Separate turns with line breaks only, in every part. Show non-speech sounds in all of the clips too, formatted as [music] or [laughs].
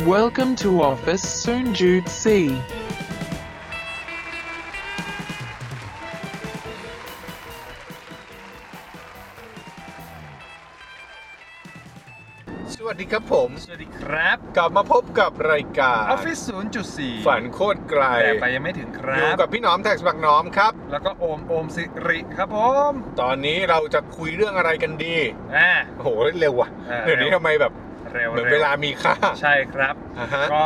Welcome to office soon Jude C.
สวัสดีครับผม
สวัสดีครับ
กลับมาพบกับรายการ
ออฟฟิศ0.4
ฝันโคตรไกล
แต่ไปยังไม่ถึงค
อยู่
รับ
กับพี่หน้อมแท็กบักหน้อมครับ
แล้วก็โอมโอมสิริครับผม
ตอนนี้เราจะคุยเรื่องอะไรกันดี
อ่า
โอ้โหเร็วว่ะ
เออ
เดี๋ยวนี้ทำไมแบบ
เร็ว
เหมือน
ร็
เวลามีค่า
ใช่ครับ
อ่าฮะ
ก็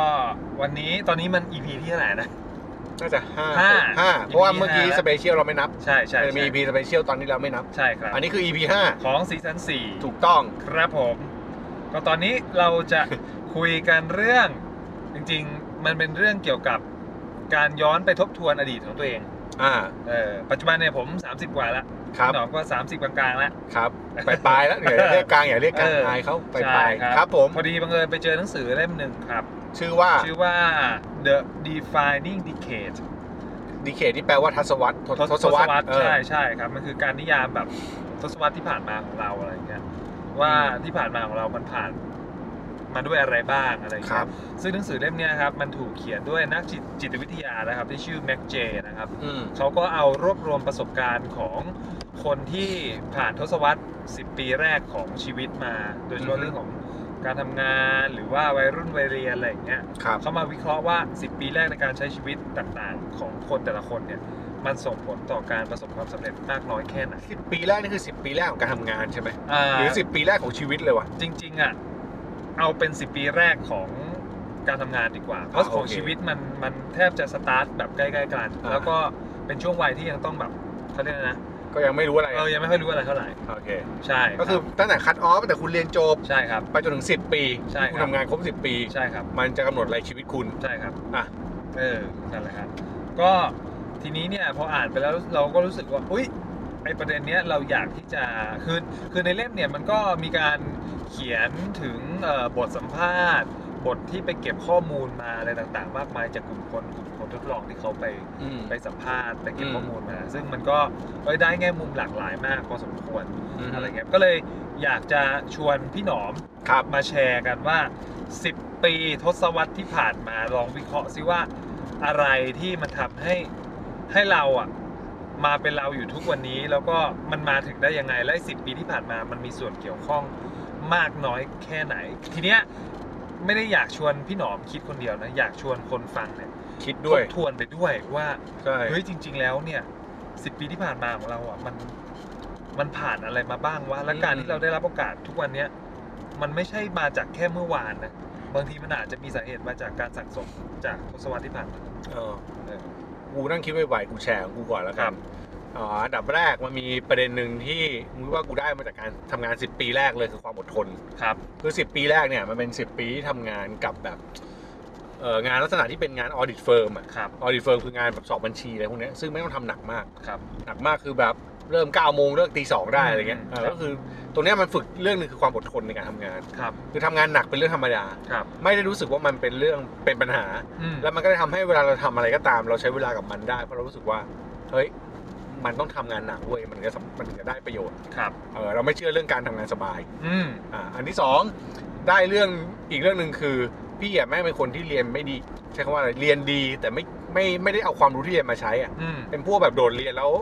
วันนี้ตอนนี้มัน EP ที่เท่าไหร่นะ
น่าจะห้า
ห้า
ห้าเพราะว่าเมื่อกี้
ห้าแล้ว
สเปเชียลเราไม่นับ
ใช่ใช่
เออมี
ใช่
EP สเปเชียลตอนนี้เราไม่นับ
ใช่ครับ
อันนี้คือ EP ห้า
ของซีซั่น4
ถูกต้อง
ครับผม ก็ตอนนี้เราจะ [laughs] คุยกันเรื่อง จริงๆ มันเป็นเรื่องเกี่ยวกับการย้อนไปทบทวนอดีตของตัวเอง
อ่า
เออ ปัจจุบันเนี่ยผม 30 กว่าละ
ครับ
พี่หนอมก็ 30 กลางๆละ
ครับไปปลายแล้วเดี๋ยวเรียกกลางอย่าเรียกกลาง
เออ
อายเขาไปป
ใช่
ลายครับผม
พอดีบังเอิญไปเจอหนังสือเล่มหนึ่งครับ
ชื่อว่า
ชื่อว่า The Defining Decade
ดีเคที่แปลว่าทศวรรษทศวรรษเออ
ใช่ใช่ครับ มันคือการนิยามแบบทศวรรษที่ผ่านมาของเราอะไรอย่างเงี้ยว่า
อืม
ที่ผ่านมาของเรามันผ่านมาด้วยอะไรบ้างอะไรอย่าง
ครั
เงี้
บ
ยซึ่งหนังสือเล่มเนี้ยครับ มันถูกเขียนด้วยนักจิตจิตวิทยานะครับ ที่ชื่อแม็กเจนะครับ
อืม
เขาก็เอารวบรวมประสบการณ์ของคนที่ผ่านทศวรรษ 10 ปีแรกของชีวิตมา โดยเฉพาะเรื่องของการทำงานหรือว่าวัยรุ่นวัยเรียนอะไรอย่างเงี้ย
ครับ
เขามาวิเคราะห์ว่า 10 ปีแรกในการใช้ชีวิตต่างๆ ของคนแต่ละคนเนี่ย มันส่งผลต่อการประสบความสำเร็จมากน้อยแค่ไหน
สิบปีแรกนี่คือสิบปีแรกของการทำงานใช่ไหม
า
หรือ10 ปีแรกของชีวิตเลยวะ
จริงๆอ่ะ เอาเป็น 10 ปีแรกของการทำงานดีกว่า เพราะ
อ่า
ของ
โอเค
ชีวิตมันมันแทบจะสตาร์ทแบบใกล้ๆกัน
อ่า
แล้วก็เป็นช่วงวัยที่ยังต้องแบบเขาเรียกอะไรนะ
ก็ยังไม่รู้อะไร
เออ ยังไม่ค่อยรู้อะไรเท่าไหร่
โอเค
ใช่รับ
ก็คือตั้งแต่คัดออฟตั้งแต่คุณเรียนจบ
ใช่ครับ
ไปจนถึง 10 ปี
ใช่ครับ
คุณทำงานครบ 10 ปี
ใช่ครับ
มันจะกำหนดอะไรชีวิตคุณ
ใช่ครับ
อ่ะ
เออ นั่นแหละครับ ก็ทีนี้เนี่ยพออ่านไปแล้วเราก็รู้สึกว่า อุ๊ย ไอประเด็นเนี้ยเราอยากที่จะ คือคือในเล่มเนี่ยมันก็มีการเขียนถึงเอ่อบทสัมภาษณ์ บทที่ไปเก็บข้อมูลมาอะไรต่างๆ มากมายจากกลุ่มคนกลุ่มคนทดลองที่เขาไปไปสัมภาษณ์ไปเก็บข้อมูลมา ซึ่งมันก็เอ้ยได้แง่มุมหลากหลายมากพอสมควรอะไรเงี้ย ก็เลยอยากจะชวนพี่หนอม
ครับ
มาแชร์กันว่า 10 ปีทศวรรษที่ผ่านมาลองวิเคราะห์ซิว่าอะไรที่มันทำให้ให้เราอะมาเป็นเราอยู่ทุกวันนี้ แล้วก็มันมาถึงได้ยังไงและ10 ปีที่ผ่านมามันมีส่วนเกี่ยวข้องมากน้อยแค่ไหน ทีเนี้ยไม่ได้อยากชวนพี่หนอมคิดคนเดียวนะอยากชวนคนฟังเนี่ย
คิดด้วย
ทบทวนไปด้วยว่า
ใช่
เฮ้ยจริง ๆ แล้วเนี่ยสิปีที่ผ่านมาของเราอ่ะมันมันผ่านอะไรมาบ้างวะและการที่เราได้รับโอกาสทุกวันเนี้ย มันไม่ใช่มาจากแค่เมื่อวานนะ บางทีมันอาจจะมีสาเหตุมาจากการสั่งสมจากทศวรรษที่ผ่านมา
เออ
เออ
กูนั่งคิดไวๆกูแชร์ของกูก่อนแล้ว
ค
กั
รั
น
บ
อ๋ออันดับแรกมันมีประเด็นหนึ่งที่มึงว่ากูได้มาจากการทำงาน 10 ปีแรกเลยคือความอดทน
ครับ
คือ 10 ปีแรกเนี่ยมันเป็น 10 ปีที่ทำงานกับแบบเอ่องานลักษณะที่เป็นงานออดิตเฟิร์มอะ
ครับ
ออดิเฟิร์มคืองานแบบสอบบัญชีอะไรพวกเนี้ยซึ่งไม่ต้องทำหนักมาก
ครับ
หนักมากคือแบบเริ่ม9ก้าโมงเลิกตีสองได้อะไรเงี้ย
อืม
เออ
ครับ
ก็คือตรงเนี้ยมันฝึกเรื่องหนึงคือความอดทนในการทำงาน
ครับ
คือทำงานหนักเป็นเรื่องธรรมดา
ครับ
ไม่ได้รู้สึกว่ามันเป็นเรื่องเป็นปัญหา
อืม
แล้วมันก็ได้ทำให้เวลาเราทำอะไรก็ตาม เราใช้เวลากับมันได้เพราะเรารู้สึกว่าเฮ้ยมันต้องทำงานหนักเว้ยมันก็สำมันถึงจะได้ประโยชน์
ครับ
เออเราไม่เชื่อเรื่องการทำงานสบาย
อืม
อ่าอันที่สองได้เรื่องอีกเรื่องหนึ่งคือพี่อ่ะแม่งเป็นคนที่เรียนไม่ดี ใช้คำว่าอะไรเรียนดีแต่ไม่ไม่ไม่ได้เอาความรู้ที่เรียนมาใช้อ่ะ
อืม
เป็นพวกแบบโดดเรียนแล้ว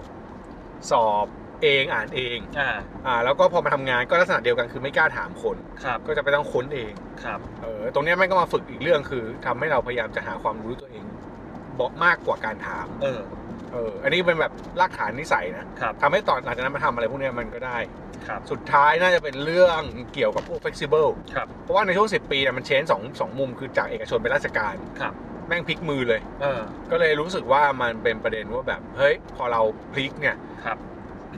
สอบเองอ่านเอง
อ่า
อ่าแล้วก็พอมาทำงานก็ลักษณะเดียวกันคือไม่กล้าถามคน
ครับ
ก็จะไปต้องค้นเอง
ครับ
เออตรงเนี้ยแม่งก็มาฝึกอีกเรื่องคือทำให้เราพยายามจะหาความรู้ตัวเองบอกมากกว่าการถาม
เออ
เอออันนี้เป็นแบบรากฐานนิสัยนะครับ ทำให้ตอนหลังจากนั้นมาทำอะไรพวกเนี้ยมันก็ได้
ครับ
สุดท้ายน่าจะเป็นเรื่องเกี่ยวกับพวก flexible
ครับ
เพราะว่าในช่วง10 ปีเนี่ยมันเชนสองสองมุมคือจากเอกชนเป็นราชการ
ครับ
แม่งพลิกมือเลย
เออ
ก็เลยรู้สึกว่ามันเป็นประเด็นว่าแบบเฮ้ยพอเราพลิกเนี่ย
ครับ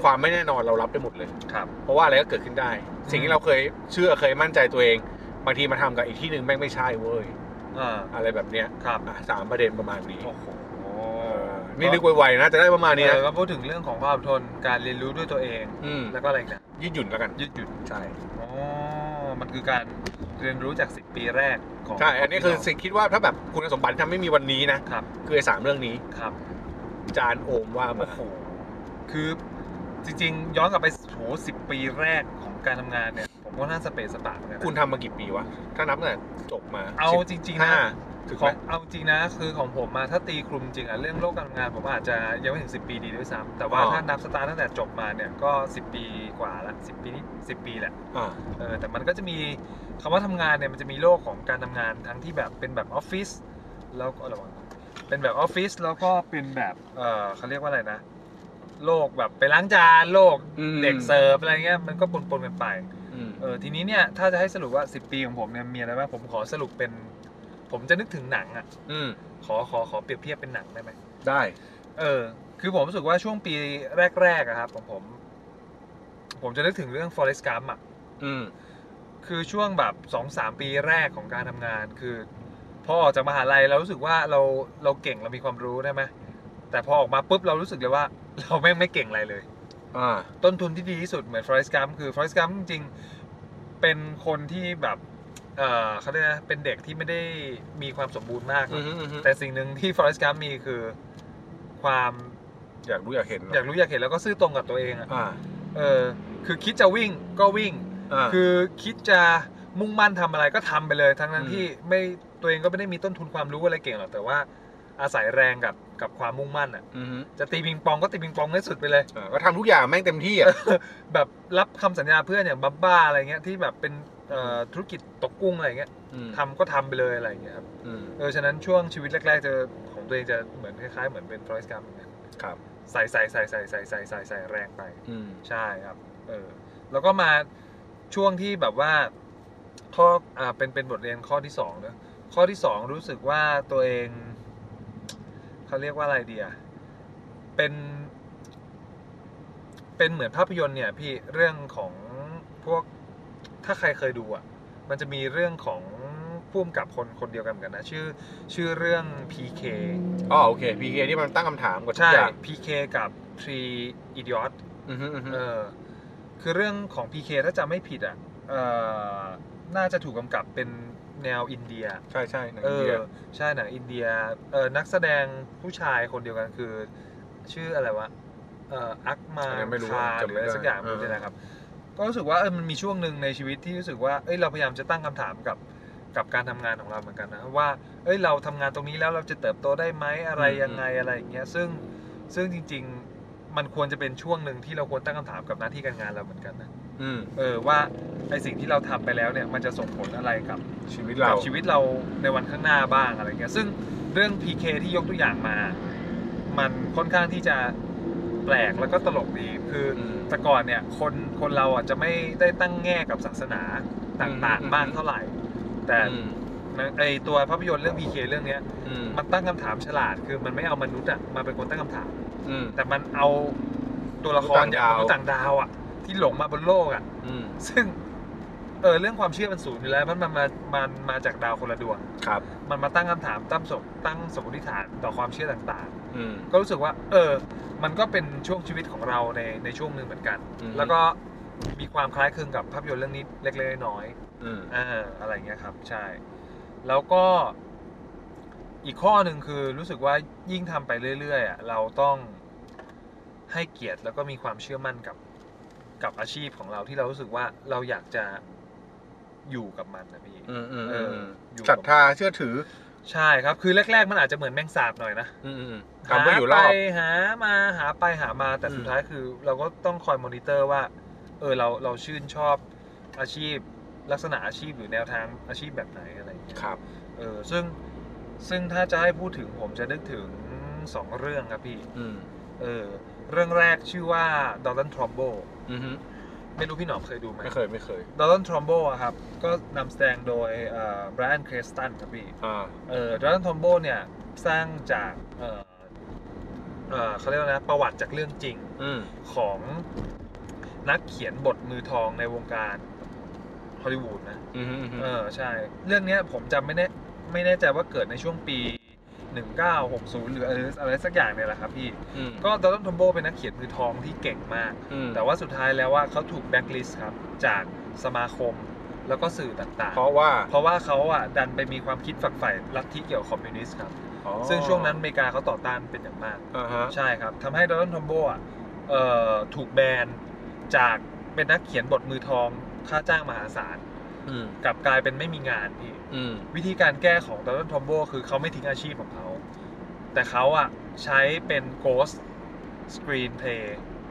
ความไม่แน่นอนเรารับได้หมดเลย
ครับ
เพราะว่าอะไรก็เกิดขึ้นได้ สิ่งที่เราเคยเชื่อเคยมั่นใจตัวเองบางทีมาทำกับอีกที่หนึ่งแม่งไม่ใช่เว้ย
เออ
อะไรแบบเนี้ย
ครับ
อ่ะสามประเด็นประมาณนี้
โอ้โห
เออนี่นึกไวๆนะจะได้ประมาณนี้
เอ
นะ
อก็พูดถึงเรื่องของความอดทน การเรียนรู้ด้วยตัวเอง
อืม
แล้วก็อะไรอีกนะ
ยืดหยุ่นแล้วกัน
ยืดหยุ่น
ใช่
อ๋อ มันคือการเรียนรู้จาก 10 ปีแรกของ
ใช่อันนี้คือสิ่งคิดว่าถ้าแบบคุณสมบัติที่ทำไม่มีวันนี้นะครับ คือไอ้สามเรื่องนี้
ครับ
จานโอมว่า
โอ้
มา
โห คือจริงๆ ย้อนกลับไปโหสิบปีแรกของการทำงานเนี่ย ผม ก็น่าสเปซสปะเหมือนกันนะ
คุณทำมากี่ปีวะ ถ้านับตั้งแต่จบมา
เอาจริงๆนะ
ห้าถึง
ข
ไหม
องเอาจริงนะคือของผมมาถ้าตีคลุมจริงอะเรื่องโลกการทำงานผมอาจจะยังไม่ถึง 10 ปีดีด้วยซ้ำแต่ว่าถ้านับสตาร์ทตั้งแต่จบมาเนี่ยก็ 10 ปีกว่าละ10 ปีนี่10 ปีแหละ
อ่า
เออแต่มันก็จะมีคำว่าทำงานเนี่ยมันจะมีโลกของการทำงานทั้งที่แบบเป็นแบบออฟฟิศแล้วก็ระวังเป็นแบบออฟฟิศแล้วก็เป็นแบบเออเขาเรียกว่าอะไรนะ โลกแบบไปล้างจานโลก
อืม
เด็กเสิร์ฟอะไรเงี้ยมันก็ปนๆกันไป
อืม
เออทีนี้เนี่ยถ้าจะให้สรุปว่า 10 ปีของผมเนี่ยมีอะไรบ้างผมขอสรุปเป็น ผมจะนึกถึงหนังอ่ะ
อืม
ขอขอขอเปรียบเทียบเป็นหนังได้ไหม
ได้
เออคือผมรู้สึกว่าช่วงปีแรกๆอะครับของผม ผมจะนึกถึงเรื่อง Forest Gump อ่ะ
อืม
คือช่วงแบบ2อสามปีแรกของการทำงานคือ พอออกจากมหาลัยเรารู้สึกว่าเราเราเก่งเรามีความรู้ได้ไหมแต่พอออกมาปุ๊บเรารู้สึกเลยว่า เราแม่งไม่เก่งอะไรเลย
อ่า
ต้นทุนที่ดีที่สุดเหมือน Forrest Gump คือ Forrest Gump จริงๆ เป็นคนที่แบบ เอ่อเขาเรียกนะเป็นเด็กที่ไม่ได้มีความสมบูรณ์มาก
อืมอืมอืม
แต่สิ่งหนึ่งที่ Forrest Gump มีคือความ
อยากรู้อยากเห็น
อยากรู้อยากเห็นแล้วก็ซื่อตรงกับตัวเองอะ
อ่า
เออ คือคิดจะวิ่งก็วิ่ง
อ่า
คือคิดจะมุ่งมั่นทำอะไรก็ทำไปเลย ทั้งนั้
อื
น
ม
ที่ไม่ตัวเองก็ไม่ได้มีต้นทุนความรู้อะไรเก่งหรอก แต่ว่าอาศัยแรงกับกับความมุ่งมั่นอะ
อืม
จะตีปิงปองก็ตีปิงปองให้สุดไปเลย
อ่าก็ทำทุกอย่างแม่งเต็มที่อ่ะ
แบบรับคำสัญญาเพื่อนอย่างบับบ้าอะไรเงี้ยที่แบบเป็นเอ่อธุรกิจตกกุ้งอะไรเงี้ย
อืม
ทำก็ทำไปเลยอะไรเงี้ยครับ
อืม
เออฉะนั้นช่วงชีวิตแรกๆจะของตัวเองจะเหมือนคล้ายๆเหมือนเป็นฟรอยส์กัม
ครับ
ใส่ใส่ใส่ใส่ใส่ใส่ใส่ใส่แรงไป
อืม
ใช่ครับเออแล้วก็มาช่วงที่แบบว่าข้ออ่าเป็นเป็นบทเรียนข้อที่สองเนอะข้อที่สองรู้สึกว่าตัวเองเขาเรียกว่าอะไรดีอะเป็น เป็นเหมือนภาพยนตร์เนี่ยพี่เรื่องของพวกถ้าใครเคยดูอะมันจะมีเรื่องของพุ่มกับคนคนเดียวกันเหมือนกันนะชื่อชื่อเรื่อง PK
อ๋อโอเคพีเคที่มันตั้งคำถามกับทุก
ใช่
อย่าง
PK กับ Three Idiot
อืมอืมอืม
เออคือเรื่องของ PK ถ้าจำไม่ผิดอ่ะเออน่าจะถูกกำกับเป็นแนวอินเดีย
ใช่ใช่หนัง
เอ
อิน
อ
เดีย
ใช่หนังอินเดียเออนักแสดงผู้ชายคนเดียวกันคือ ชื่ออะไรวะเอ่ออักมา
อันนี้ไม่รู้
คา
จำ
หรือ
ไม่
อะไร
ได้
สักอย่างไม่รู้
เ
เนี่ยนะครับ ก็รู้สึกว่าเออมันมีช่วงหนึ่งในชีวิตที่รู้สึกว่าเอ้ยเราพยายามจะตั้งคำถามกับกับการทำงานของเราเหมือนกันนะว่าเอ้ยเราทำงานตรงนี้แล้วเราจะเติบโตได้ไหมอะไร
อืม
ยังไงอะไรอย่างเงี้ยซึ่งซึ่งจริง ๆ มันควรจะเป็นช่วงหนึ่งที่เราควรตั้งคำถามกับหน้าที่การงานเราเหมือนกันนะ
อืม
เออว่าไอสิ่งที่เราทำไปแล้วเนี่ยมันจะส่งผลอะไรกับ
ชีวิตเรา
กับชีวิตเราในวันข้างหน้าบ้างอะไรเงี้ย ซึ่งเรื่อง PK ที่ยกตัวอย่างมา มันค่อนข้างที่จะแปลกแล้วก็ตลกดี คือ
อืม
แต่ก่อนเนี่ยคนคนเราอ่ะจะไม่ได้ตั้งแง่กับศาสนาต่าง
อืม
ๆมากเท่าไหร่ แต่
อืม
นะไอตัวภาพยนตร์เรื่อง PK เรื่องเนี้ย
อืม
มันตั้งคำถามฉลาด คือมันไม่เอามนุษย์อ่ะมาเป็นคนตั้งคำถาม
อืม
แต่มันเอาตัวละครอย่าง
ม
ม
นุ
นุ
ษย์
ษย์
ต่า
ต่าง ง
ดา
ดาว วอ่ะที่หลงมาบนโลกอ่ะ
อืม
ซึ่งเออเรื่องความเชื่อมันศูนย์อยู่แล้วมันมันมามันมาจากดาวคนละดวง
ครับ
มันมาตั้งคำถามตั้งสมตั้งสมมติฐานต่อความเชื่อต่าง
อืม
ๆ ก็รู้สึกว่า เออ มันก็เป็นช่วงชีวิตของเราในในช่วงหนึ่งเหมือนกัน
อืม
แล้วก็มีความคล้ายคลึงกับภาพยนตร์เรื่องนี้เล็กๆน้อย
อืม
ๆเอออะไรเงี้ยครับ ใช่ แล้วก็อีกข้อหนึ่งคือรู้สึกว่ายิ่งทำไปเรื่อยๆอ่ะเราต้องให้เกียรติแล้วก็มีความเชื่อมั่นกับกับอาชีพของเราที่เรารู้สึกว่าเราอยากจะอยู่กับมันนะพี่
อืมอืม
เอ
อื
อ
ม
อยู่
ศรั
กับ
ท
มัน
ธาเชื่อถือ
ใช่ครับ คือแรก ๆ มันอาจจะเหมือนแมงสาบหน่อยนะ
อืมอืมทำให้อยู่ร
หา
อ
ไป
ด
หามาหาไปหามาแต่
อืม
สุดท้ายคือ เราก็ต้องคอยมอนิเตอร์ว่า เออเราเราชื่นชอบอาชีพ ลักษณะอาชีพหรือแนวทางอาชีพแบบไหนอะไรอย่างเงี้ย
ครับ
เออซึ่งซึ่งถ้าจะให้พูดถึงผมจะนึกถึงสองเรื่องครับพี่
อืม
เออเรื่องแรกชื่อว่าดอลลันทรอมโบ
อืมฮึ
ไม่รู้พี่หนอมเคยดูไหม
ไม่เคยไม่เคย
ดอลลันทรอมโบอะครับ ก็นำแสดงโดยไบรอันเครสตันครับพี่
อ่า
เอ่อดรันทอมโบเนี่ยสร้างจากเอ่อเอ่อเขาเรียกว่านะประวัติจากเรื่องจริง
อืม
ของนักเขียนบทมือทองในวงการฮอลลีวูดนะ
อืมฮึอืมฮึ
เออใช่ เรื่องเนี้ยผมจำไม่แน่ไม่แน่ใจว่าเกิดในช่วงปี 1960 หรืออะไรอะไรสักอย่างเนี่ยแหละครับพี่
อืม
ก็ดรันทอมโบเป็นนักเขียนมือทองที่เก่งมาก
อืม
แต่ว่าสุดท้ายแล้วว่าเขาถูกแบ็กลิสต์ครับ จากสมาคมแล้วก็สื่อต่าง
เพ
ๆ
ราะว่า
เพราะว่าเขาอ่ะดันไปมีความคิดฝักใฝ่ลัทธิเกี่ยวกับคอมมิวนิสต์ครับ
อ๋อ
ซึ่งช่วงนั้นอเมริกาเขาต่อต้านเป็นอย่างมาก
อ่าฮะ
ใช่ครับทำให้โดนัลด์ทอมโบอ่ะเอ่อถูกแบนจากเป็นนักเขียนบทมือทอง ค่าจ้างมหาศาล
อืม
กลับกลายเป็นไม่มีงานพี่
อืม
วิธีการแก้ของดัลตันทอมโบคือเขาไม่ทิ้งอาชีพของเขา แต่เขาอะใช้เป็น Ghost Screen Play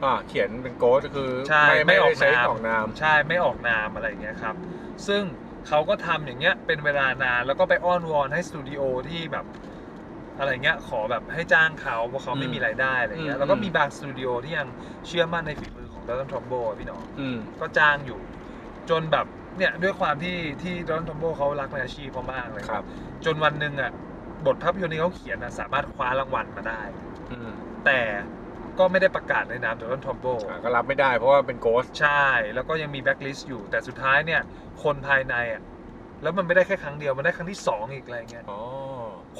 อ่าเขียนเป็นโกดคือ
ใช่
ไม่
ไม่
ไม่
ออก
ได้ใช้
นาม
ออกนาม
ใช่ไม่ออกนามอะไรอย่างเงี้ยครับ ซึ่งเขาก็ทำอย่างเงี้ยเป็นเวลานาน แล้วก็ไปอ้อนวอนให้สตูดิโอที่แบบอะไรเงี้ยขอแบบให้จ้างเขาเพราะเขาไม่มีรายได้อะไรเงี้
อืม
ยแล้วก็มีบางสตูดิโอที่ยังเชื่อมั่นในฝีมือของดอนทอมโบพี่หน้อง
อืม
ก็จ้างอยู่ จนแบบเนี่ยด้วยความที่ที่ดอนทอมโบเขารักในอาชีพเขามากเลย
ครับ
จนวันหนึ่งอ่ะบทภาพยนตร์ที่เขาเขียนอะสามารถคว้ารางวัลมาได้
อืม
แต่ก็ไม่ได้ประกาศในนามดอนทอมโบ
อ่าก็รับไม่ได้เพราะว่าเป็นโกส
ใช่ แล้วก็ยังมีแบ็คลิสต์อยู่ แต่สุดท้ายเนี่ย คนภายในอ่ะ แล้วมันไม่ได้แค่ครั้งเดียว มันได้ครั้งที่ 2 อีกอะไรเงี้ย
อ๋อ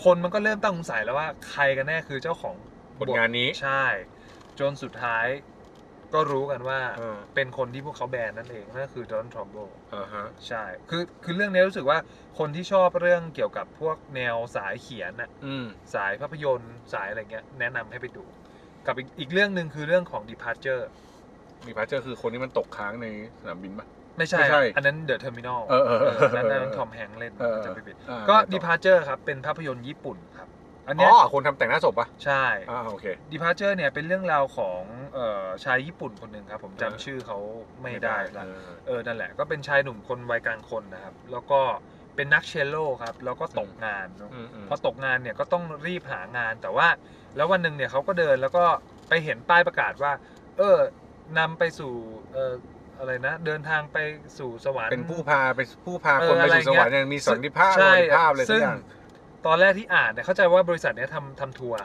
คนมันก็เริ่มตั้งสงสัยแล้วว่าใครกันแน่คือเจ้าของ
ผลงานนี้
ใช่ จนสุดท้ายก็รู้กันว่า
เออ
เป็นคนที่พวกเขาแบนนั่นเอง นั่นคือดอนทรอมโบ
อ่าฮะ
ใช่ คือ คือเรื่องนี้รู้สึกว่าคนที่ชอบเรื่องเกี่ยวกับพวกแนวสายเขียนน่ะ
อืม
สายภาพยนตร์ สายอะไรเงี้ย แนะนำให้ไปดู กับอีกอีกเรื่องหนึ่งคือเรื่องของ departure
มีพาร์เจอร์คือคนที่มันตกค้างในสนามบินปะ
ไม่ใช่
ไม่ใช่
อันนั้นเดอะเทอร์มินอล
เออเออเออ
นั้นนั้นทอมแฮงค์เล่น
เออ
จะไปปิด
อ่า
ก็
ต่อ
Departure ครับ เป็นภาพยนตร์ญี่ปุ่นครับ อัน
อ๋
เนี้ย
อ คนทำแต่งหน้าศพปะ
ใช่
อ่าโอเค
Departure เนี่ยเป็นเรื่องราวของเอ่อชายญี่ปุ่นคนหนึ่งครับ ผมจำ
เออ
ชื่อเขาไม่ได้ละ
เออ
เออ นั่นแหละ ก็เป็นชายหนุ่มคนวัยกลางคนนะครับ แล้วก็เป็นนักเชลโลครับ แล้วก็ตก
อืม
งานเนอะ
อืมอืม
พอตกงานเนี่ยก็ต้องรีบหางาน แต่ว่า แล้ววันหนึ่งเนี่ยเขาก็เดินแล้วก็ไปเห็นป้ายประกาศว่า เออนำไปสู่เอ่ออะไรนะ เดินทางไปสู่สวรรค์
เป็นผู้พาเป็นผู้พา
เออ
คนไป
อะไร
สู่สวรรค์
เงี้ย
เนี่ยมีสันติภาพ
ใช่
สันติภาพเลยทุ
ซึ่
กอ
ง
ย่าง
ตอนแรกที่อ่านเนี่ยเข้าใจว่าบริษัทเนี้ยทำทำทัวร์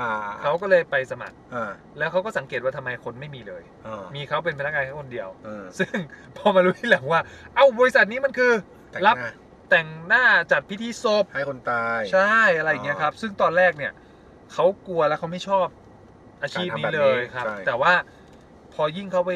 อ่า
เขาก็เลยไปสมัคร
อ่า
แล้วเขาก็สังเกตว่าทำไมคนไม่มีเลย
อ่า
มีเขาเป็นพนักงานแค่คนเดียว [laughs]
เออ
ซึ่ง พอมารู้ที่หลังว่า เอ้าบริษัทนี้มันคือ
แต่ง
รับ
หน้า
แต่งหน้าจัดพิธีศพ
ให้คนตาย
ใช่อะไรอย่างเงี้ยครับ ซึ่งตอนแรกเนี่ยเขากลัวแล้วเขาไม่ชอบอาชีพนี้
การทำแบบนี้
เลยครับ
ใช่
แต่ว่าพอยิ่งเขาไป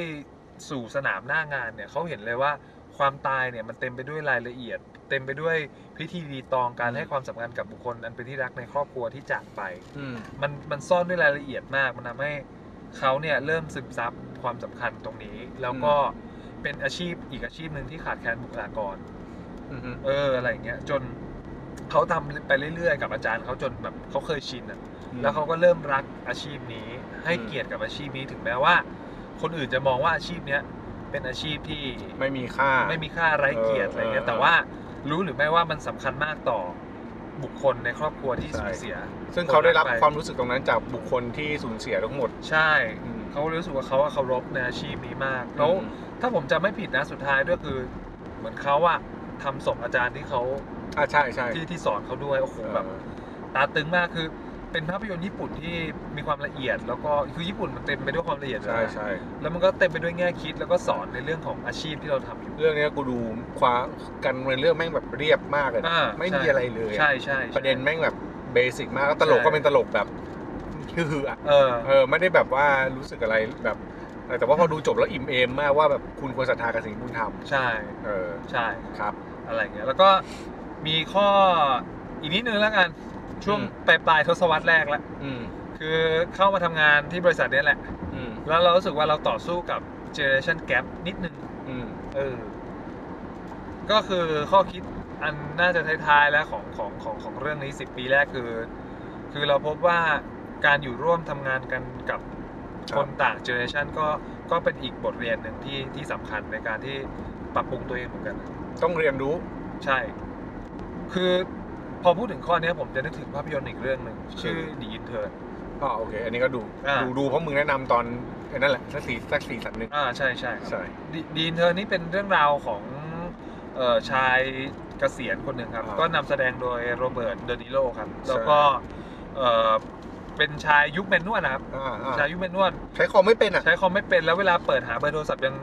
สู่สนามหน้างานเนี่ยเขาเห็นเลยว่าความตายเนี่ยมันเต็มไปด้วยรายละเอียด เต็มไปด้วยพิธีรีตองการให้ความสำคัญกับบุคคลอันเป็นที่รักในครอบครัวที่จากไป
อืม
มันมันซ่อนด้วยรายละเอียดมาก มันทำให้เขาเนี่ยเริ่มซึมซับความสำคัญตรงนี้ แล้วก็เป็นอาชีพอีกอาชีพหนึ่งที่ขาดแคลนบุคลากร
อืมอืม
เอออะไรอย่างเงี้ยจนเขาทำไปเรื่อยๆ กับอาจารย์เขาจนแบบเขาเคยชินอะแล้วเขาก็เริ่มรักอาชีพนี้ ให้เกียรติกับอาชีพนี้ถึงแม้ว่า คนอื่นจะมองว่าอาชีพเนี้ยเป็นอาชีพที่
ไม่มีค่า
ไม่มีค่าไร้เกียรติอะไรเงี้ย
เออเออ
แต่ว่ารู้หรือไม่ว่ามันสำคัญมากต่อบุคคลในครอบครัวที่
ใช่
สูญเสีย
ซึ่งเขาได้รับ
คนรักไป
ความรู้สึกตรงนั้นจากบุคคลที่สูญเสียทั้งหมด
ใช่
อืม
เขารู้สึกว่าเขาอะเคารพในอาชีพนี้มาก แล้ว
อืม
ถ้าผมจำไม่ผิดนะสุดท้ายด้วยคือ เหมือนเขาอะทำส่งอาจารย์ที่เขา
อ่าใช่ใช่
ที่ที่สอนเขาด้วยโอ้โหแบบ
เออ
ตาตึงมากคือ เป็นภาพยนตร์ญี่ปุ่นที่มีความละเอียด แล้วก็คือญี่ปุ่นมันเต็มไปด้วยความละเอียด
ใช่
นะ
ใช่
แล้วมันก็เต็มไปด้วยแง่คิดแล้วก็สอนในเรื่องของอาชีพที่เราทำอยู่
เรื่องเนี้ยกูดูความกันเมืองเรื่องแม่งแบบเรียบมากเลยนะ
อ่า
ไม่
ใช่
มีอะไรเลยอะ
ใช่ใช่ใช่
ประเด็นแม่งแบบเบสิกมากแล้วตลก
ใช่
ก็เป็นตลกแบบ [laughs] คืออะ
เออ
เออไม่ได้แบบว่ารู้สึกอะไรแบบเออแต่ว่าพอดูจบแล้วอิ่มเอมมากว่าแบบคุณควรศรัทธากับสิ่งที่คุณท
ใช่
ำเออ
ใช่
ครับ
อะไรอย่างเงี้ยแล้วก็มีข้ออีกนิดนึงแล้วกันช่วง
อืม
ปลายปลายๆทศวรรษแรกละ
อืม
คือเข้ามาทำงานที่บริษัทเนี้ยแหละ
อืม
แล้วเรารู้สึกว่าเราต่อสู้กับเจเนอเรชันแก p นิดนึง
อืม
เออ ก็คือข้อคิดอันน่าจะท้ายๆแล้วของของของของเรื่องนี้ 10 ปีแรกคือ คือเราพบว่าการอยู่ร่วมทำงานกันกับคนต่างเจเนอเรชันก็ก็เป็นอีกบทเรียนหนึ่งที่ที่สำคัญในการที่ปรับปรุงตัวเองเหมือนกัน
ต้องเรียนรู้
ใช่ คือพอพูดถึงข้อเนี้ยผมจะนึกถึงภาพยนตร์อีกเรื่องหนึ่งชื่อ The Intern
อ๋อโอเค อันนี้ก็ดู
อ่า
ดูดูเพราะมึงแนะนำตอนไอ้นั่นแหละสักสี่สักสี่สันหนึ่ง
อ่าใช่ใช่ครับ
ใช่
ดีดีนเธอนี่เป็นเรื่องราวของเอ่อชายเกษียณคนหนึ่งครับ ก็นำแสดงโดยโรเบิร์ตเดนิโลครับ แล้วก็เอ่อเป็นชายยุคแมนนวลนะครับ
อ่าอ่า
ชายยุคแมนนวล
ใช้คอมไม่เป็นอ่ะ
ใช้คอมไม่เป็นแล้วเวลาเปิดหาเบอร์โทรศัพท์ยัง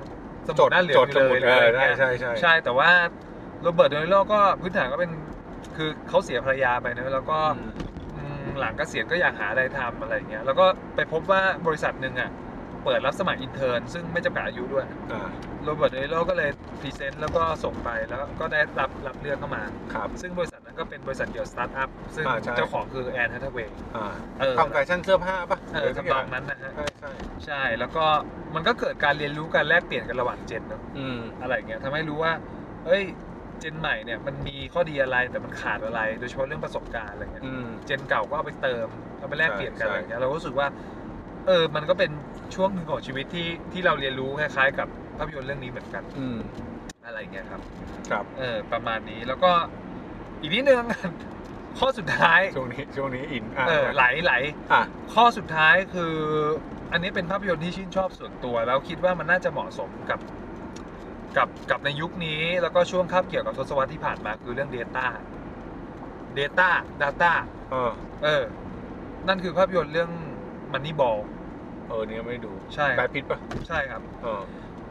สมุ
จ
ด
ด
หน้าเหลือ
จ
ง
ด
อ
ส
ยู่
มุด
เลย
เออ
ไร
ได้
เงี้ย
ใช่ใช่
ใช่แต่ว่าโรเบิร์ตเดนิโลก็พื้นฐานก็เป็นคือเขาเสียภรรยาไปเนอะแล้วก็
อืม
อืมหลังเกษียณก็อยากหาอะไรทำอะไรอย่างเงี้ย แล้วก็ไปพบว่าบริษัทหนึ่งอ่ะเปิดรับสมัครอินเทอร์นซึ่งไม่จำกัดอายุด้วย
อ่า
โรเบิร์ตเอโลก็เลยพรีเซนต์แล้วก็ส่งไปแล้วก็ได้รับรับเลือกเข้ามา
ครับ
ซึ่งบริษัทนั้น ก็เป็นบริษัทเกี่ยวสตาร์ทอัพซึ่ง
อ่าใช่
เจ้าของคือแอนฮัทเวย์
อ่า
เออ
ทำแฟชั่นเสื้อผ้าปะ
เออทำนองนั้นนะฮะ
ใช่ใช่
ใช่แล้วก็มันก็เกิดการเรียนรู้การแลกเปลี่ยนกันระหว่างเจนเนอะ
อืม
อะไรอย่างเงี้ยทำให้รู้ว่าเอ้ยเจนใหม่เนี่ยมันมีข้อดีอะไรแต่มันขาดอะไร โดยเฉพาะเรื่องประสบการณ์อะไรเงี้ย
อืม
เจนเก่าก็เอาไปเติมเอาไปแลกเปลี่ยนกัน
ใช่
อะไรอย่างเงี้ยเราก็รู้สึกว่า เออ มันก็เป็นช่วงหนึ่งของชีวิตที่ที่เราเรียนรู้คล้ายๆ กับภาพยนตร์เรื่องนี้เหมือนกัน
อืม
อะไรอย่างเงี้ยครับ
ครับ
เออ ประมาณนี้แล้วก็อีกนิดนึง [laughs] ข้อสุดท้าย
ช่วงนี้ช่วงนี้อินอ่ะ
เออไหลไหล
อ่ะ
ข้อสุดท้ายคือ อันนี้เป็นภาพยนตร์ที่ชื่นชอบส่วนตัว แล้วคิดว่ามันน่าจะเหมาะสมกับ กับกับในยุคนี้ แล้วก็ช่วงคาบเกี่ยวกับทศวรรษที่ผ่านมาคือเรื่อง Data Data Data
เออ
เออ นั่นคือภาพยนตร์เรื่องมันนี่บอล
เออเนี่ยไม่ดู
ใช่
แปลพิษปะ
ใช่ครับ
เออ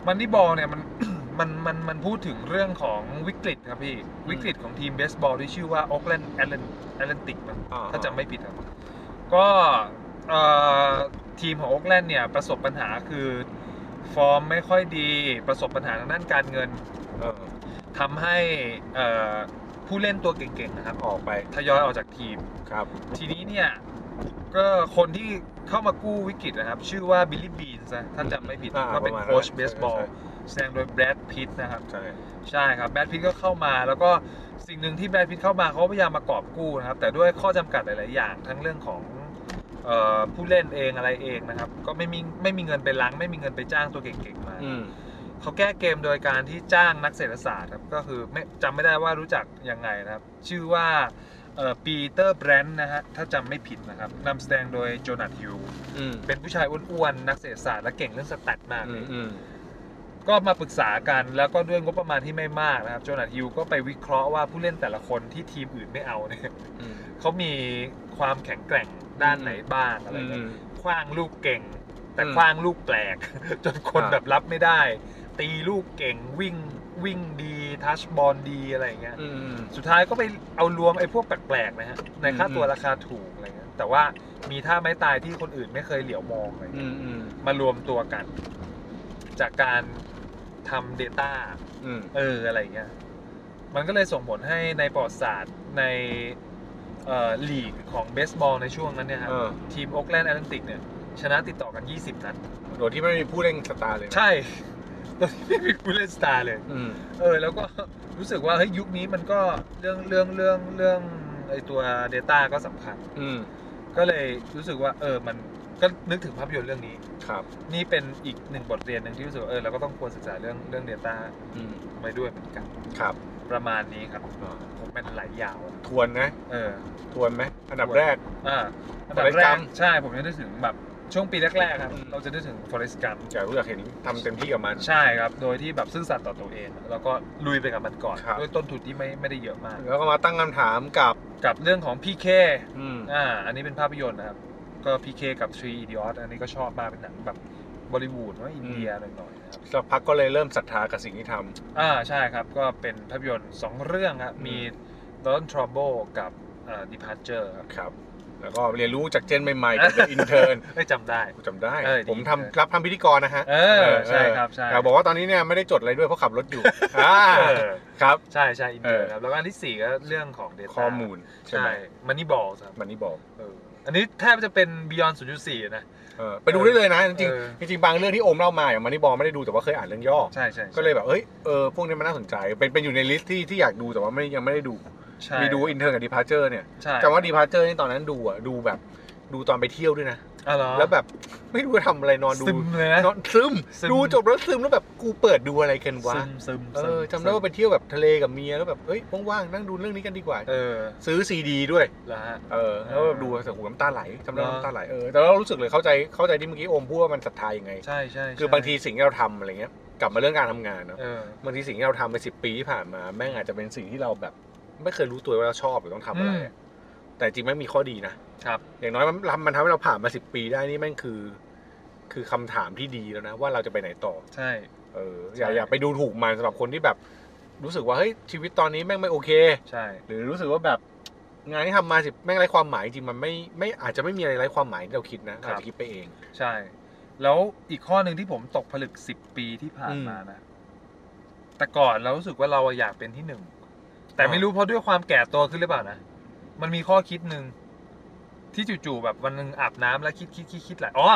มันนี่บอลเนี่ยมัน [coughs] มันมันมันพูดถึงเรื่องของวิกฤตครับพี่ วิกฤตของทีมเบสบอลที่ชื่อว่าโอ๊กแลนด์แอตแลนติกมั้ง
อ่า
ถ้าจำไม่ผิดครับ ก็เอ่อทีมของโอ๊กแลนด์เนี่ยประสบปัญหาคือฟอร์มไม่ค่อยดี ประสบปัญหาทางด้านการเงิน
เออ
ทำให้เอ่อผู้เล่นตัวเก่งๆนะครับ
ออกไป
ทยอยออกจากทีม
ครับ
ทีนี้เนี่ยก็คนที่เข้ามากู้วิกฤตนะครับ ชื่อว่าบิลลี่บีนส์ถ้าจำไม่ผิด
อ่า
ก็เป็น
ประมาณนั้น
โค้ช
ใช่
เบสบอล
ใช่
แสดงโดยแบรดพิตนะครับ
ใช่
ใช่ครับแบรดพิตก็เข้ามา แล้วก็สิ่งหนึ่งที่แบรดพิตเข้ามาเขาพยายามมากอบกู้นะครับ แต่ด้วยข้อจำกัดหลาย ๆ อย่างทั้งเรื่องของเอ่อผู้เล่นเองอะไรเองนะครับ ก็ไม่มีไม่มีเงินไปล้างไม่มีเงินไปจ้างตัวเก่ง ๆ มา
อืม
เขาแก้เกมโดยการที่จ้างนักเศรษฐศาสตร์ครับก็คือไม่จำไม่ได้ว่ารู้จักยังไงนะครับ ชื่อว่าปีเตอร์แบรนด์นะฮะถ้าจำไม่ผิดนะครับนำแสดงโดยโจนาธฮิว
อืม
เป็นผู้ชายอ้วนๆนักเศรษฐศาสตร์และเก่งเรื่องสแตทมาก
อื
เล
ม
ย
อืม
ก็มาปรึกษากันแล้วก็ด้วยงบประมาณที่ไม่มากนะครับโจนาธฮิวก็ไปวิเคราะห์ว่าผู้เล่นแต่ละคนที่ทีมอื่นไม่เอาเนี่ย [laughs]
อืม
เขามีความแข็งแกร่งด้านไหนบ้างอะไรเงี้ย คว้างลูกเก่ง แต่
อืม
คว้างลูกแปลก [laughs] จนคน
อ่า
แบบรับไม่ได้ ตีลูกเก่งวิ่งวิ่งดีทัชบอลดีอะไรอย่างเงี้ย
อืม
สุดท้ายก็ไปเอารวมไอ้พวกแปลกๆนะฮะในค่า
อืม
ตัวราคาถูกอะไรเงี้ยแต่ว่ามีท่าไม้ตายที่คนอื่นไม่เคยเหลียวมองอะไร
อื
เงี้ย
มอืม
มารวมตัวกัน จากการทำ Data
อืม
เอออะไรเงี้ย มันก็เลยส่งผลให้ในประวัติศาสตร์ในเอ่อลีกของเบสบอลในช่วงนั้นเนี่ยครับ
เออ
ทีมโอ๊กแลนด์แอตแลนติกเนี่ย ชนะติดต่อกัน 20 นัด
โดยที่ไม่มีผู้เล่นสตาร์เลยนะ
ใช่ ตอนที่ไม่มีผู้เล่นสตาร์เลย
อืม
เออ แล้วก็ รู้สึกว่าเฮ้ยยุคนี้มันก็เรื่องเรื่องเรื่องเรื่องไอตัว Data ก็สำคัญ
อืม
ก็เลยรู้สึกว่า เออ มันก็นึกถึงภาพยนตร์เรื่องนี้
ครับ
นี่เป็นอีกหนึ่งบทเรียนหนึ่งที่รู้สึกว่าเออเราก็ต้องควรศึกษาเรื่องเรื่อง Data
อืม
ไปด้วยเหมือนกัน
ครับ
ประมาณนี้ครับ
อ่า
ผมเป็นไหลยาว
ทวนนะ
เออ
ทวนไหม อันดับ
ทวน
แรก
อ่าอันดับ
Forrest
แรก
Gump
ใช่ ผมจะนึกถึงแบบช่วงปีแรกๆครับ
อืม
เราจะนึกถึง Forest Gump
อยากรู้อยากเห็นทำเต็มที่กับมัน
ใช่ครับ โดยที่แบบซื่อสัตย์ต่อตัวเอง แล้วก็ลุยไปกับมันก่อน
ครับ
ด้วยต้นทุนที่ไม่ไม่ได้เยอะมาก
แล้วก็มาตั้งคำถามกับ
กับเรื่องของพีเค
อืม
อ่า อันนี้เป็นภาพยนตร์นะครับ ก็พีเคกับ Three Idiots อันนี้ก็ชอบมากเป็นหนังแบบบอลิวูดว่าอินเดียหน่อยๆนะครับ
สักพักก็เลยเริ่มศรัทธากับสิ่งที่ทำ
อ่า ใช่ครับ ก็เป็นภาพยนตร์ 2 เรื่องครับ
อืม
มี Don Trouble กับเอ่อ Departure ครับ
ครับ แล้วก็เรียนรู้จากเจนใหม่ๆกับเป็นอินเทอร์น
ไม่จำได้
จำได้
เออดี
ผม
เออ
ทำรับทำพิธีกรนะฮะ
เออใช่ครับใช่
แต่บอกว่าตอนนี้เนี่ยไม่ได้จดอะไรด้วยเพราะขับรถอยู่ อ่า
เออ
ครับ
ใช่ใช่อินเดีย
เออ
ครับ แล้วก็อันที่สี่ก็เรื่องของ Data
ข้อมูลใช่
ใช่
ไหม
Money Ball ครับ
มันนี่บอก
เอออันนี้แทบจะเป็น Beyond 0.4 นะ
เออไปดูได้เลยนะ จริง
เออ
ๆจริงๆบางเรื่องที่โอมเล่ามาอย่างมันนี่บอกไม่ได้ดูแต่ว่าเคยอ่านเรื่องย่อ
ใช่ใช่ใช่
ก็เลยแบบเอ้ยเออพวกนี้มันน่าสนใจเป็นเป็นอยู่ในลิสต์ที่ที่อยากดูแต่ว่าไม่ยังไม่ได้ดู
ใช่
มีดูอินเทอร์กับดีพาร์เจอร์เนี่ย
ใช่
จำว่าดีพาร์เจอร์นี่ตอนนั้นดูอ่ะดูแบบดูตอนไปเที่ยวด้วยนะ
อ๋อเหรอ
แล้วแบบไม่รู้จะทำอะไรนอนดู
ซึมเลยนะ
นอนซึม
ซึม
ดูจบแล้วซึมแล้วแบบกูเปิดดูอะไรกันวะ
ซึมซึม
เอ
ซึม
อจำได้ว่าไปเที่ยวแบบทะเลกับเมียแล้วแบบเอ้ยว่างๆนั่งดูเรื่องนี้กันดีกว่า
เออ
ซื้อซีดีด้วย
เหรอฮะ
เออแล้วแบบดูแต่หูน้ำตาไหลจำได้ว่า
เหรอ
น้ำตาไหลเออแต่เรารู้สึกเลยเข้าใจเข้าใจที่เมื่อกี้โอมพูดว่ามันศรัทธายังไง
ใช่ใช่ใช่
คือบางทีสิ่งที่เราทำอะไรเงี้ยกลับมาเรื่องการทำงานเนาะ
เออบ
างทีสิ่งที่เราทำไปสิบปีที่ผ่านมา แม่งอาจจะเป็นสิ่งที่เราแบบ ไม่เคยรู้ตัวว่าเราชอบหรือต้องทำอะไรอะแต่จริงแม่งมีข้อดีนะ
ครับ
อย่างน้อยมันมันทำให้เราผ่านมาสิบปีได้นี่แม่งคือ คือคำถามที่ดีแล้วนะ ว่าเราจะไปไหนต่อ
ใช่
เอออย่า
ใช่
อย่าไปดูถูกมันสำหรับคนที่แบบ รู้สึกว่าเฮ้ยชีวิตตอนนี้แม่งไม่โอเค
ใช่
หรือรู้สึกว่าแบบงานที่ทำมาสิแม่งไร้ความหมายจริงมันไม่ไม่อาจจะไม่มีอะไรไร้ความหมายที่เราคิดนะอาจจะคิดไปเอง
ใช่ แล้วอีกข้อหนึ่งที่ผมตกผลึก 10 ปีที่ผ่านมานะ แต่ก่อนเรารู้สึกว่าเราอยากเป็นที่หนึ่ง แต่ไม่รู้เพราะด้วยความแก่ตัวขึ้นหรือเปล่านะ มันมีข้อคิดหนึ่งที่จู่ๆแบบวันหนึงอาบน้ำแล้วคิดคิดคิดคิดหลายอ๋อ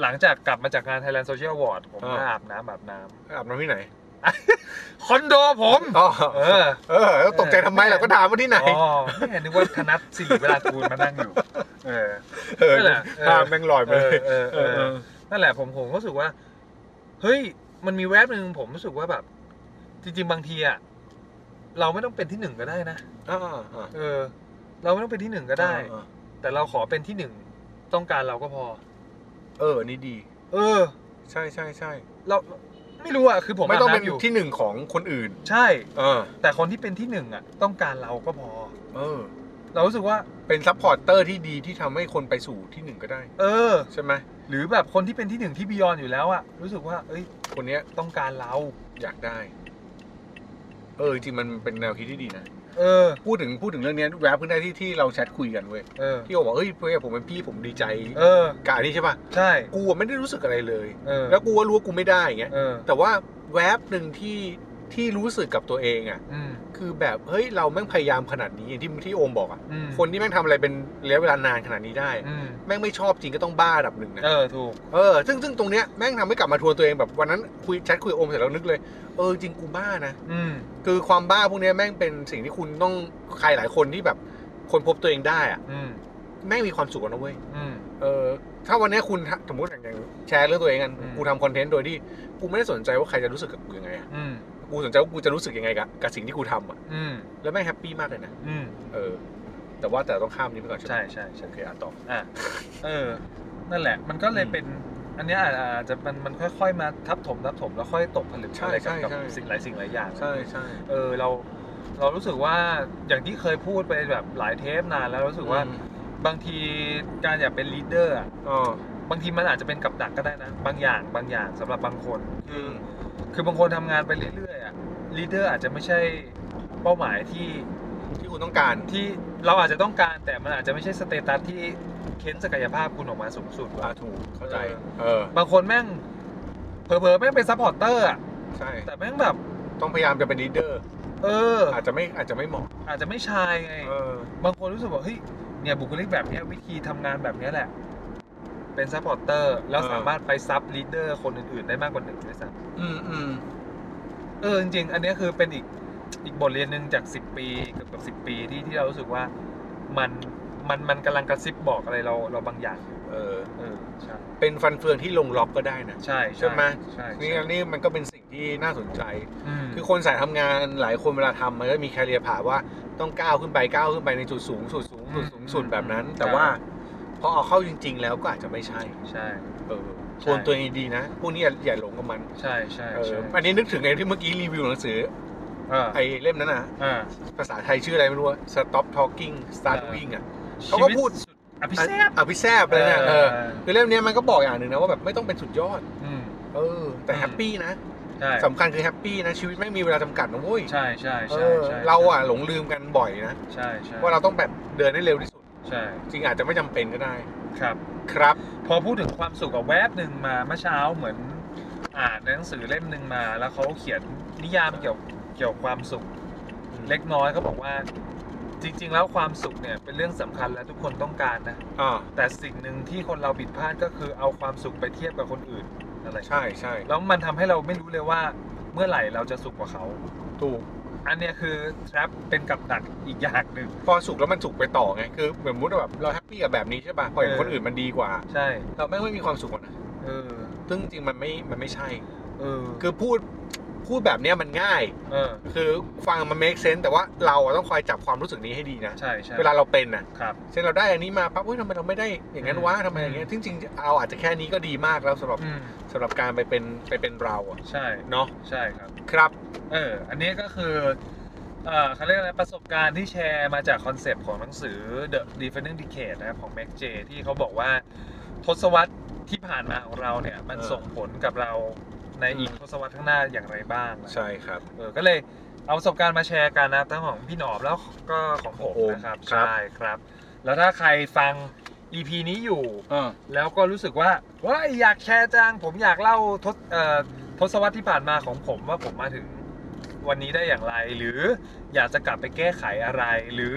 หลังจากกลับมาจากงาน Thailand Social Award ผม
อ่า
ก็อาบน้ำอาบน้ำ
อาบน้ำที่ไหน
คอนโดผม
อ๋อ
เออ
เออแล้วตกใจทำไมล่ะก็ถามว่าที่ไหน
อ๋อแม่นึกว่าธนัทสิริเวลากูลมานั่งอยู่ เออ
เออ
นั่นแหละเออ
ภาพแม่งลอยไป
เอ
เล
อย เออเออ นั่นแหละผมผมก็รู้สึกว่า เฮ้ย มันมีแวบหนึ่งผมรู้สึกว่าแบบ จริง ๆ บางทีอะเราไม่ต้องเป็นที่หนึ่งก็ได้นะ
อ่าอ่า
เออ เราไม่ต้องเป็นที่หนึ่งก็ได้
อ่า
แต่เราขอเป็นที่หนึ่งต้องการเราก็พอ
เอออันนี่ดี
เออ
ใช่ใช่ใช่
เราไม่รู้อะคือผม
ไม่ต้องเป็
าน บำอยู่
ที่หนึ่งของคนอื่น
ใช่
เออ
แต่คนที่เป็นที่หนึ่งอะต้องการเราก็พอ
เออ
เรารู้สึกว่า
เป็นซัพพอร์ตเตอร์ที่ดีที่ทำให้คนไปสู่ที่หนึ่งก็ได้
เออ
ใช่ไหม
หรือแบบคนที่เป็นที่หนึ่งที่บิยอนอยู่แล้วอะรู้สึกว่า เอ้ย
คนเนี้ย
ต้องการเรา
อยากได้ เออจริงๆมันเป็นแนวคิดที่ดีนะ
เออ
พูดถึงพูดถึงเรื่องเนี้ยแวบเพิ่งได้ที่ที่เราแชทคุยกันเว้ย
เออ
ที่เขาบอกเฮ้ยเพื่อนผมเป็นพี่ผมดีใจ
เออ
กานี่ใช่ป่ะ
ใช่
กูอะไม่ได้รู้สึกอะไรเลย
เออ
แล้วกูว่ารู้ว่ากูไม่ได้อย่างเงี้ย
เออ
แต่ว่าแวบหนึ่งที่ที่รู้สึกกับตัวเองอ่ะ
อืม
คือแบบเฮ้ยเราแม่งพยายามขนาดนี้อย่างที่ที่โอมบอกอ่ะ
อืม
คนที่แม่งทำอะไรเป็นระยะเวลานานขนาดนี้ได้
อืม
แม่งไม่ชอบจริงก็ต้องบ้าระดับหนึ่งนะ
เออ ถูก
เออซึ่งซึ่งตรงเนี้ยแม่งทำให้กลับมาทัวร์ตัวเองแบบวันนั้นคุยแชทคุยกับโอมเสร็จแล้วนึกเลย เออจริงกูบ้านะ
อืม
คือความบ้าพวกเนี้ยแม่งเป็นสิ่งที่คุณต้องใครหลายคนที่แบบคนพบตัวเองได้อะ
อืม
แม่งมีความสุขกันนะเว้ย
อืม
เออถ้าวันเนี้ยคุณสมมติอย่างอย่างแชร์เรื่องตัวเองกัน
อืม
กูทำคอนเทนต์โดยที่กูไม่ได้สนใจว่าใครจะรู้สึกกับกูยังไงอะ
อืม
กูสนใจว่ากูจะรู้สึกยังไงกับกับสิ่งที่กูทำอะ
อืม
แล้วแม่งแฮปปี้มากเลยนะ
อืม
เออ แต่ว่าแต่ต้องข้ามนี้ไปก่อนใช่ไหม
ใช่ใช่ใช่
โอเคอ่ะต่อ
อ่ะเออ นั่นแหละ มันก็เลยเป็น อันเนี้ยอาจอาจจะมันมันค่อยๆมาทับถมทับถมแล้วค่อยตกผลึก
ใช่
อะไรกับ
ใช่
กับ
ใช่
สิ่งหลายสิ่งหลายอย่าง
ใช่ใช่
เออเราเรารู้สึกว่าอย่างที่เคยพูดไปแบบหลายเทปนานแล้วรู้สึกว่าบางทีการอยากเป็นลีดเดอร์อะ
อ๋อบ
างทีมันอาจจะเป็นกับดักก็ได้นะ บางอย่างบางอย่างสำหรับบางคน
อืม
คือบางคนทำงานไปเรื่อยๆอ่ะลีดเดอร์อาจจะไม่ใช่เป้าหมายที่
ที่คุณต้องการ
ที่เราอาจจะต้องการแต่มันอาจจะไม่ใช่สเตตัสที่เค้นศักยภาพคุณออกมาสูงสุด
อ่าถูก เข้าใจ เออ
บางคนแม่งเผลอๆแม่งเป็นซัพพอร์ตเตอร์อะ
ใช่
แต่แม่งแบบ
ต้องพยายามจะเป็นลีดเดอร์
เออ
อาจจะไม่อาจจะไม่เหมาะ
อาจจะไม่ชายไง
เออ
บางคนรู้สึกว่าเฮ้ยเนี่ยบุคลิกแบบเนี้ยวิธีทำงานแบบเนี้ยแหละ เป็นซัพพอร์ตเตอร์แล้ว
เออ
สามารถไปซับลีดเดอร์คนอื่นๆ ได้มากกว่าหนึ่งด้วยซ้
อืมอืม
ำเออจริงๆ อันเนี้ยคือเป็นอีกอีกบทเรียนหนึ่งจาก 10 ปีเกือบสิบ10 ปีที่ที่เรารู้สึกว่ามันมันมันกำลังกระซิบบอกอะไรเราเราบางอย่างอยู่
เออ
เออใช่
เป็นฟันเฟืองที่ลงล็อกก็ได้นะ
ใช่
ใช่ไหม
ใช่
นี่
ใช่
อันนี้มันก็เป็นสิ่งที่น่าสนใจ
อืม
คือคนสายทำงานหลายคนเวลาทำมันก็มีแคเรียผ่าว่าต้องก้าวขึ้นไปก้าวขึ้นไปในจุดสูงสุดสูงสุดสูงสุดแบบนั้น แต่ว่าพอเอาเข้าจริง ๆ แล้วก็อาจจะไม่ใช่
ใช่
เออช
ใช่
วนตัวเองดีๆนะ พวกนี้อย่าอย่าหลงกับมัน
ใช่ใช่
เออ
ใช่
อันนี้นึกถึงไอ้ที่เมื่อกี้รีวิวหนังสือ
เออ
ไอ้เล่มนั้นนะ
อ่า
ภาษาไทยชื่ออะไรไม่รู้อะ Stop Talking Start
เออ
Doing อ่ะ
เขา
เขา
ก็
ก็
พู
พู
ด
ด
อภิเษก
อภิแซบเลยเนี่ยเออคือเล่มเนี้ยมันก็บอกอย่างหนึ่งนะว่าแบบไม่ต้องเป็นสุดยอด
อืม
เออ แต่แฮปปี้นะ
ใช่
สำคัญคือแฮปปี้นะ ชีวิตไม่มีเวลาจำกัดนะเว้ย
ใช่ใช่
เอ
ใช่
อ
ใช่
เราอ่ะหลงลืมกันบ่อยนะ
ใช่ใช่
ว่าเราต้องแบบเดินให้เร็วที่สุด
ใช่
จริงอาจจะไม่จำเป็นก็ได้
ครับ
ครับ
พอพูดถึงความสุขกับแวบหนึ่งมาเมื่อเช้าเหมือนอ่านหนังสือเล่มหนึ่งมา แล้วเขาเขียนนิยามเกี่ยวเกี่ยวกับความสุข เล็กน้อยเขาบอกว่า จริง ๆ แล้วความสุขเนี่ยเป็นเรื่องสำคัญและทุกคนต้องการนะ
อ่า
แต่สิ่งหนึ่งที่คนเราผิดพลาดก็คือเอาความสุขไปเทียบกับคนอื่นอะไร
ใช่ใช่
แล้วมันทำให้เราไม่รู้เลยว่าเมื่อไหร่เราจะสุขกว่าเขา
ถูก
อันเนี้ยคือแทรปเป็นกับดักอีกอย่างหนึ่ง
พอสุขแล้วมันสุขไปต่อไง คือเหมือนมุดแบบเราแฮปปี้กับแบบนี้ใช่ป่ะ พอเห็นคนอื่นมันดีกว่า
ใช่
เราแม่งไม่มีความสุขอะนะ
เออ
ซึ่งจริงๆมันไม่ มันไม่ใช่
เออ
คือพูด พูดแบบเนี้ยมันง่าย
เออ
คือฟังมัน make sense แต่ว่าเราอะต้องคอยจับความรู้สึกนี้ให้ดีนะ
ใช่ใช่
เวลาเราเป็นนะครับ เช่นเราได้อันนี้มาปั๊บเฮ้ยทำไมเราไม่ได้อย่างนั้นวะทำไมอย่างเงี้ย จริงๆ เอาอาจจะแค่นี้ก็ดีมากแล้วสำหรับ
อืม
สำหรับการไปเป็นไปเป็นเราอะ
ใช่
เนาะ
ใช่ครับ
ครับ
เออ อันนี้ก็คือ เอ่อเขาเรียกอะไร ประสบการณ์ที่แชร์มาจากคอนเซปต์ของหนังสือ The Defining Decade นะครับ ของ Mac J ที่เขาบอกว่า ทศวรรษที่ผ่านมาของเราเนี่ย มัน
เออ
ส่งผลกับเราในอีก
อืม
ทศวรรษข้างหน้าอย่างไรบ้างนะ
ใช่ครับ
เออ ก็เลยเอาประสบการณ์มาแชร์กันนะครับทั้งของพี่หนอมแล้วก็ของผม
โอ้โห
นะครับ
ครับ
ใช่ครับ แล้วถ้าใครฟัง EP นี้อยู่
เออ
แล้วก็รู้สึกว่าว่าอยากแชร์จังผมอยากเล่าทศเอ่อทศวรรษที่ผ่านมาของผมว่าผมมาถึง วันนี้ได้อย่างไร หรืออยากจะกลับไปแก้ไขอะไร หรือ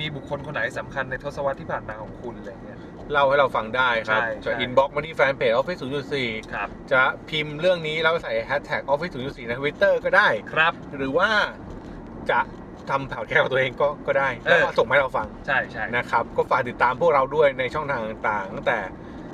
มีบุคคลคนไหนสำคัญในทศวรรษที่ผ่านมาของคุณอะไรเงี้ย
เล่าให้เราฟังได้ครับ
ใช่
จะ
ใช่
อินบ็อกมาที่แฟนเพจ Office
ครับ
0.4 จะพิมพ์เรื่องนี้แล้วใส่แฮชแท็ก Office 0.4ในทวิตเตอร์ก็ได้
ครับ
หรือว่าจะทำข่าวแก้วตัวเองก็ก็ได้ แล้วก็
เออ
ส่งมาให้เราฟัง
ใช่ใช่
นะครับ ก็ฝากติดตามพวกเราด้วยในช่องทางต่างๆตั้งแต่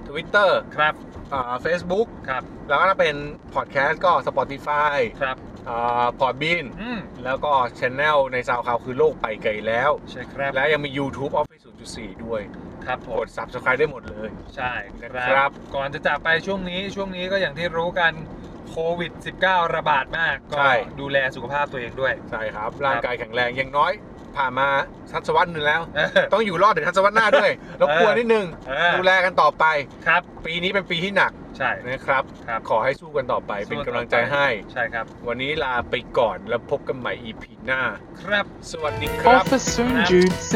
Twitter
ครับ
อ่า Facebook
ครับ
แล้วก็ถ้าเป็นพอดแคสต์ก็ Spotify
ครับ
อ่า Podbean
อืม
แล้วก็ช anel ในซาวคาวคือโลกไปไกลแล้ว
ใช่ครับ
และยังมี YouTube Office 0.4 ด้วย
ครับผ
ก
ม
ด Subscribe ได้หมดเลย
ใช่ครับ
ครับ
ก่อนจะจากไปช่วงนี้ช่วงนี้ก็อย่างที่รู้กันโควิด -19 ระบาดมาก ก็
ใช่
ดูแลสุขภาพตัวเองด้วย [laughs]
ใช่ครับ ร่างกายแข็งแรงอยังน้อย ผ่านมาทศวรรษหนึ่งแล้ว
เออ
ต้องอยู่รอดถึงทศวรรษหน้า
[laughs]
ด้วยรบกวนนิดนึง
เออ
ดูแลกันต่อไป
ครับ
ปีนี้เป็นปีที่หนัก
ใช่
นะครับ
ครับ
ขอให้สู้กันต่อไป
สู้
เป็น
กัน
กำ
ต่อไป
ลังใจให้
ใช่ครับ
วันนี้ลาไปก่อนแล้วพบกันใหม่ EP หน้า
ครับ
สวัสดีครับ
Officer Jude C.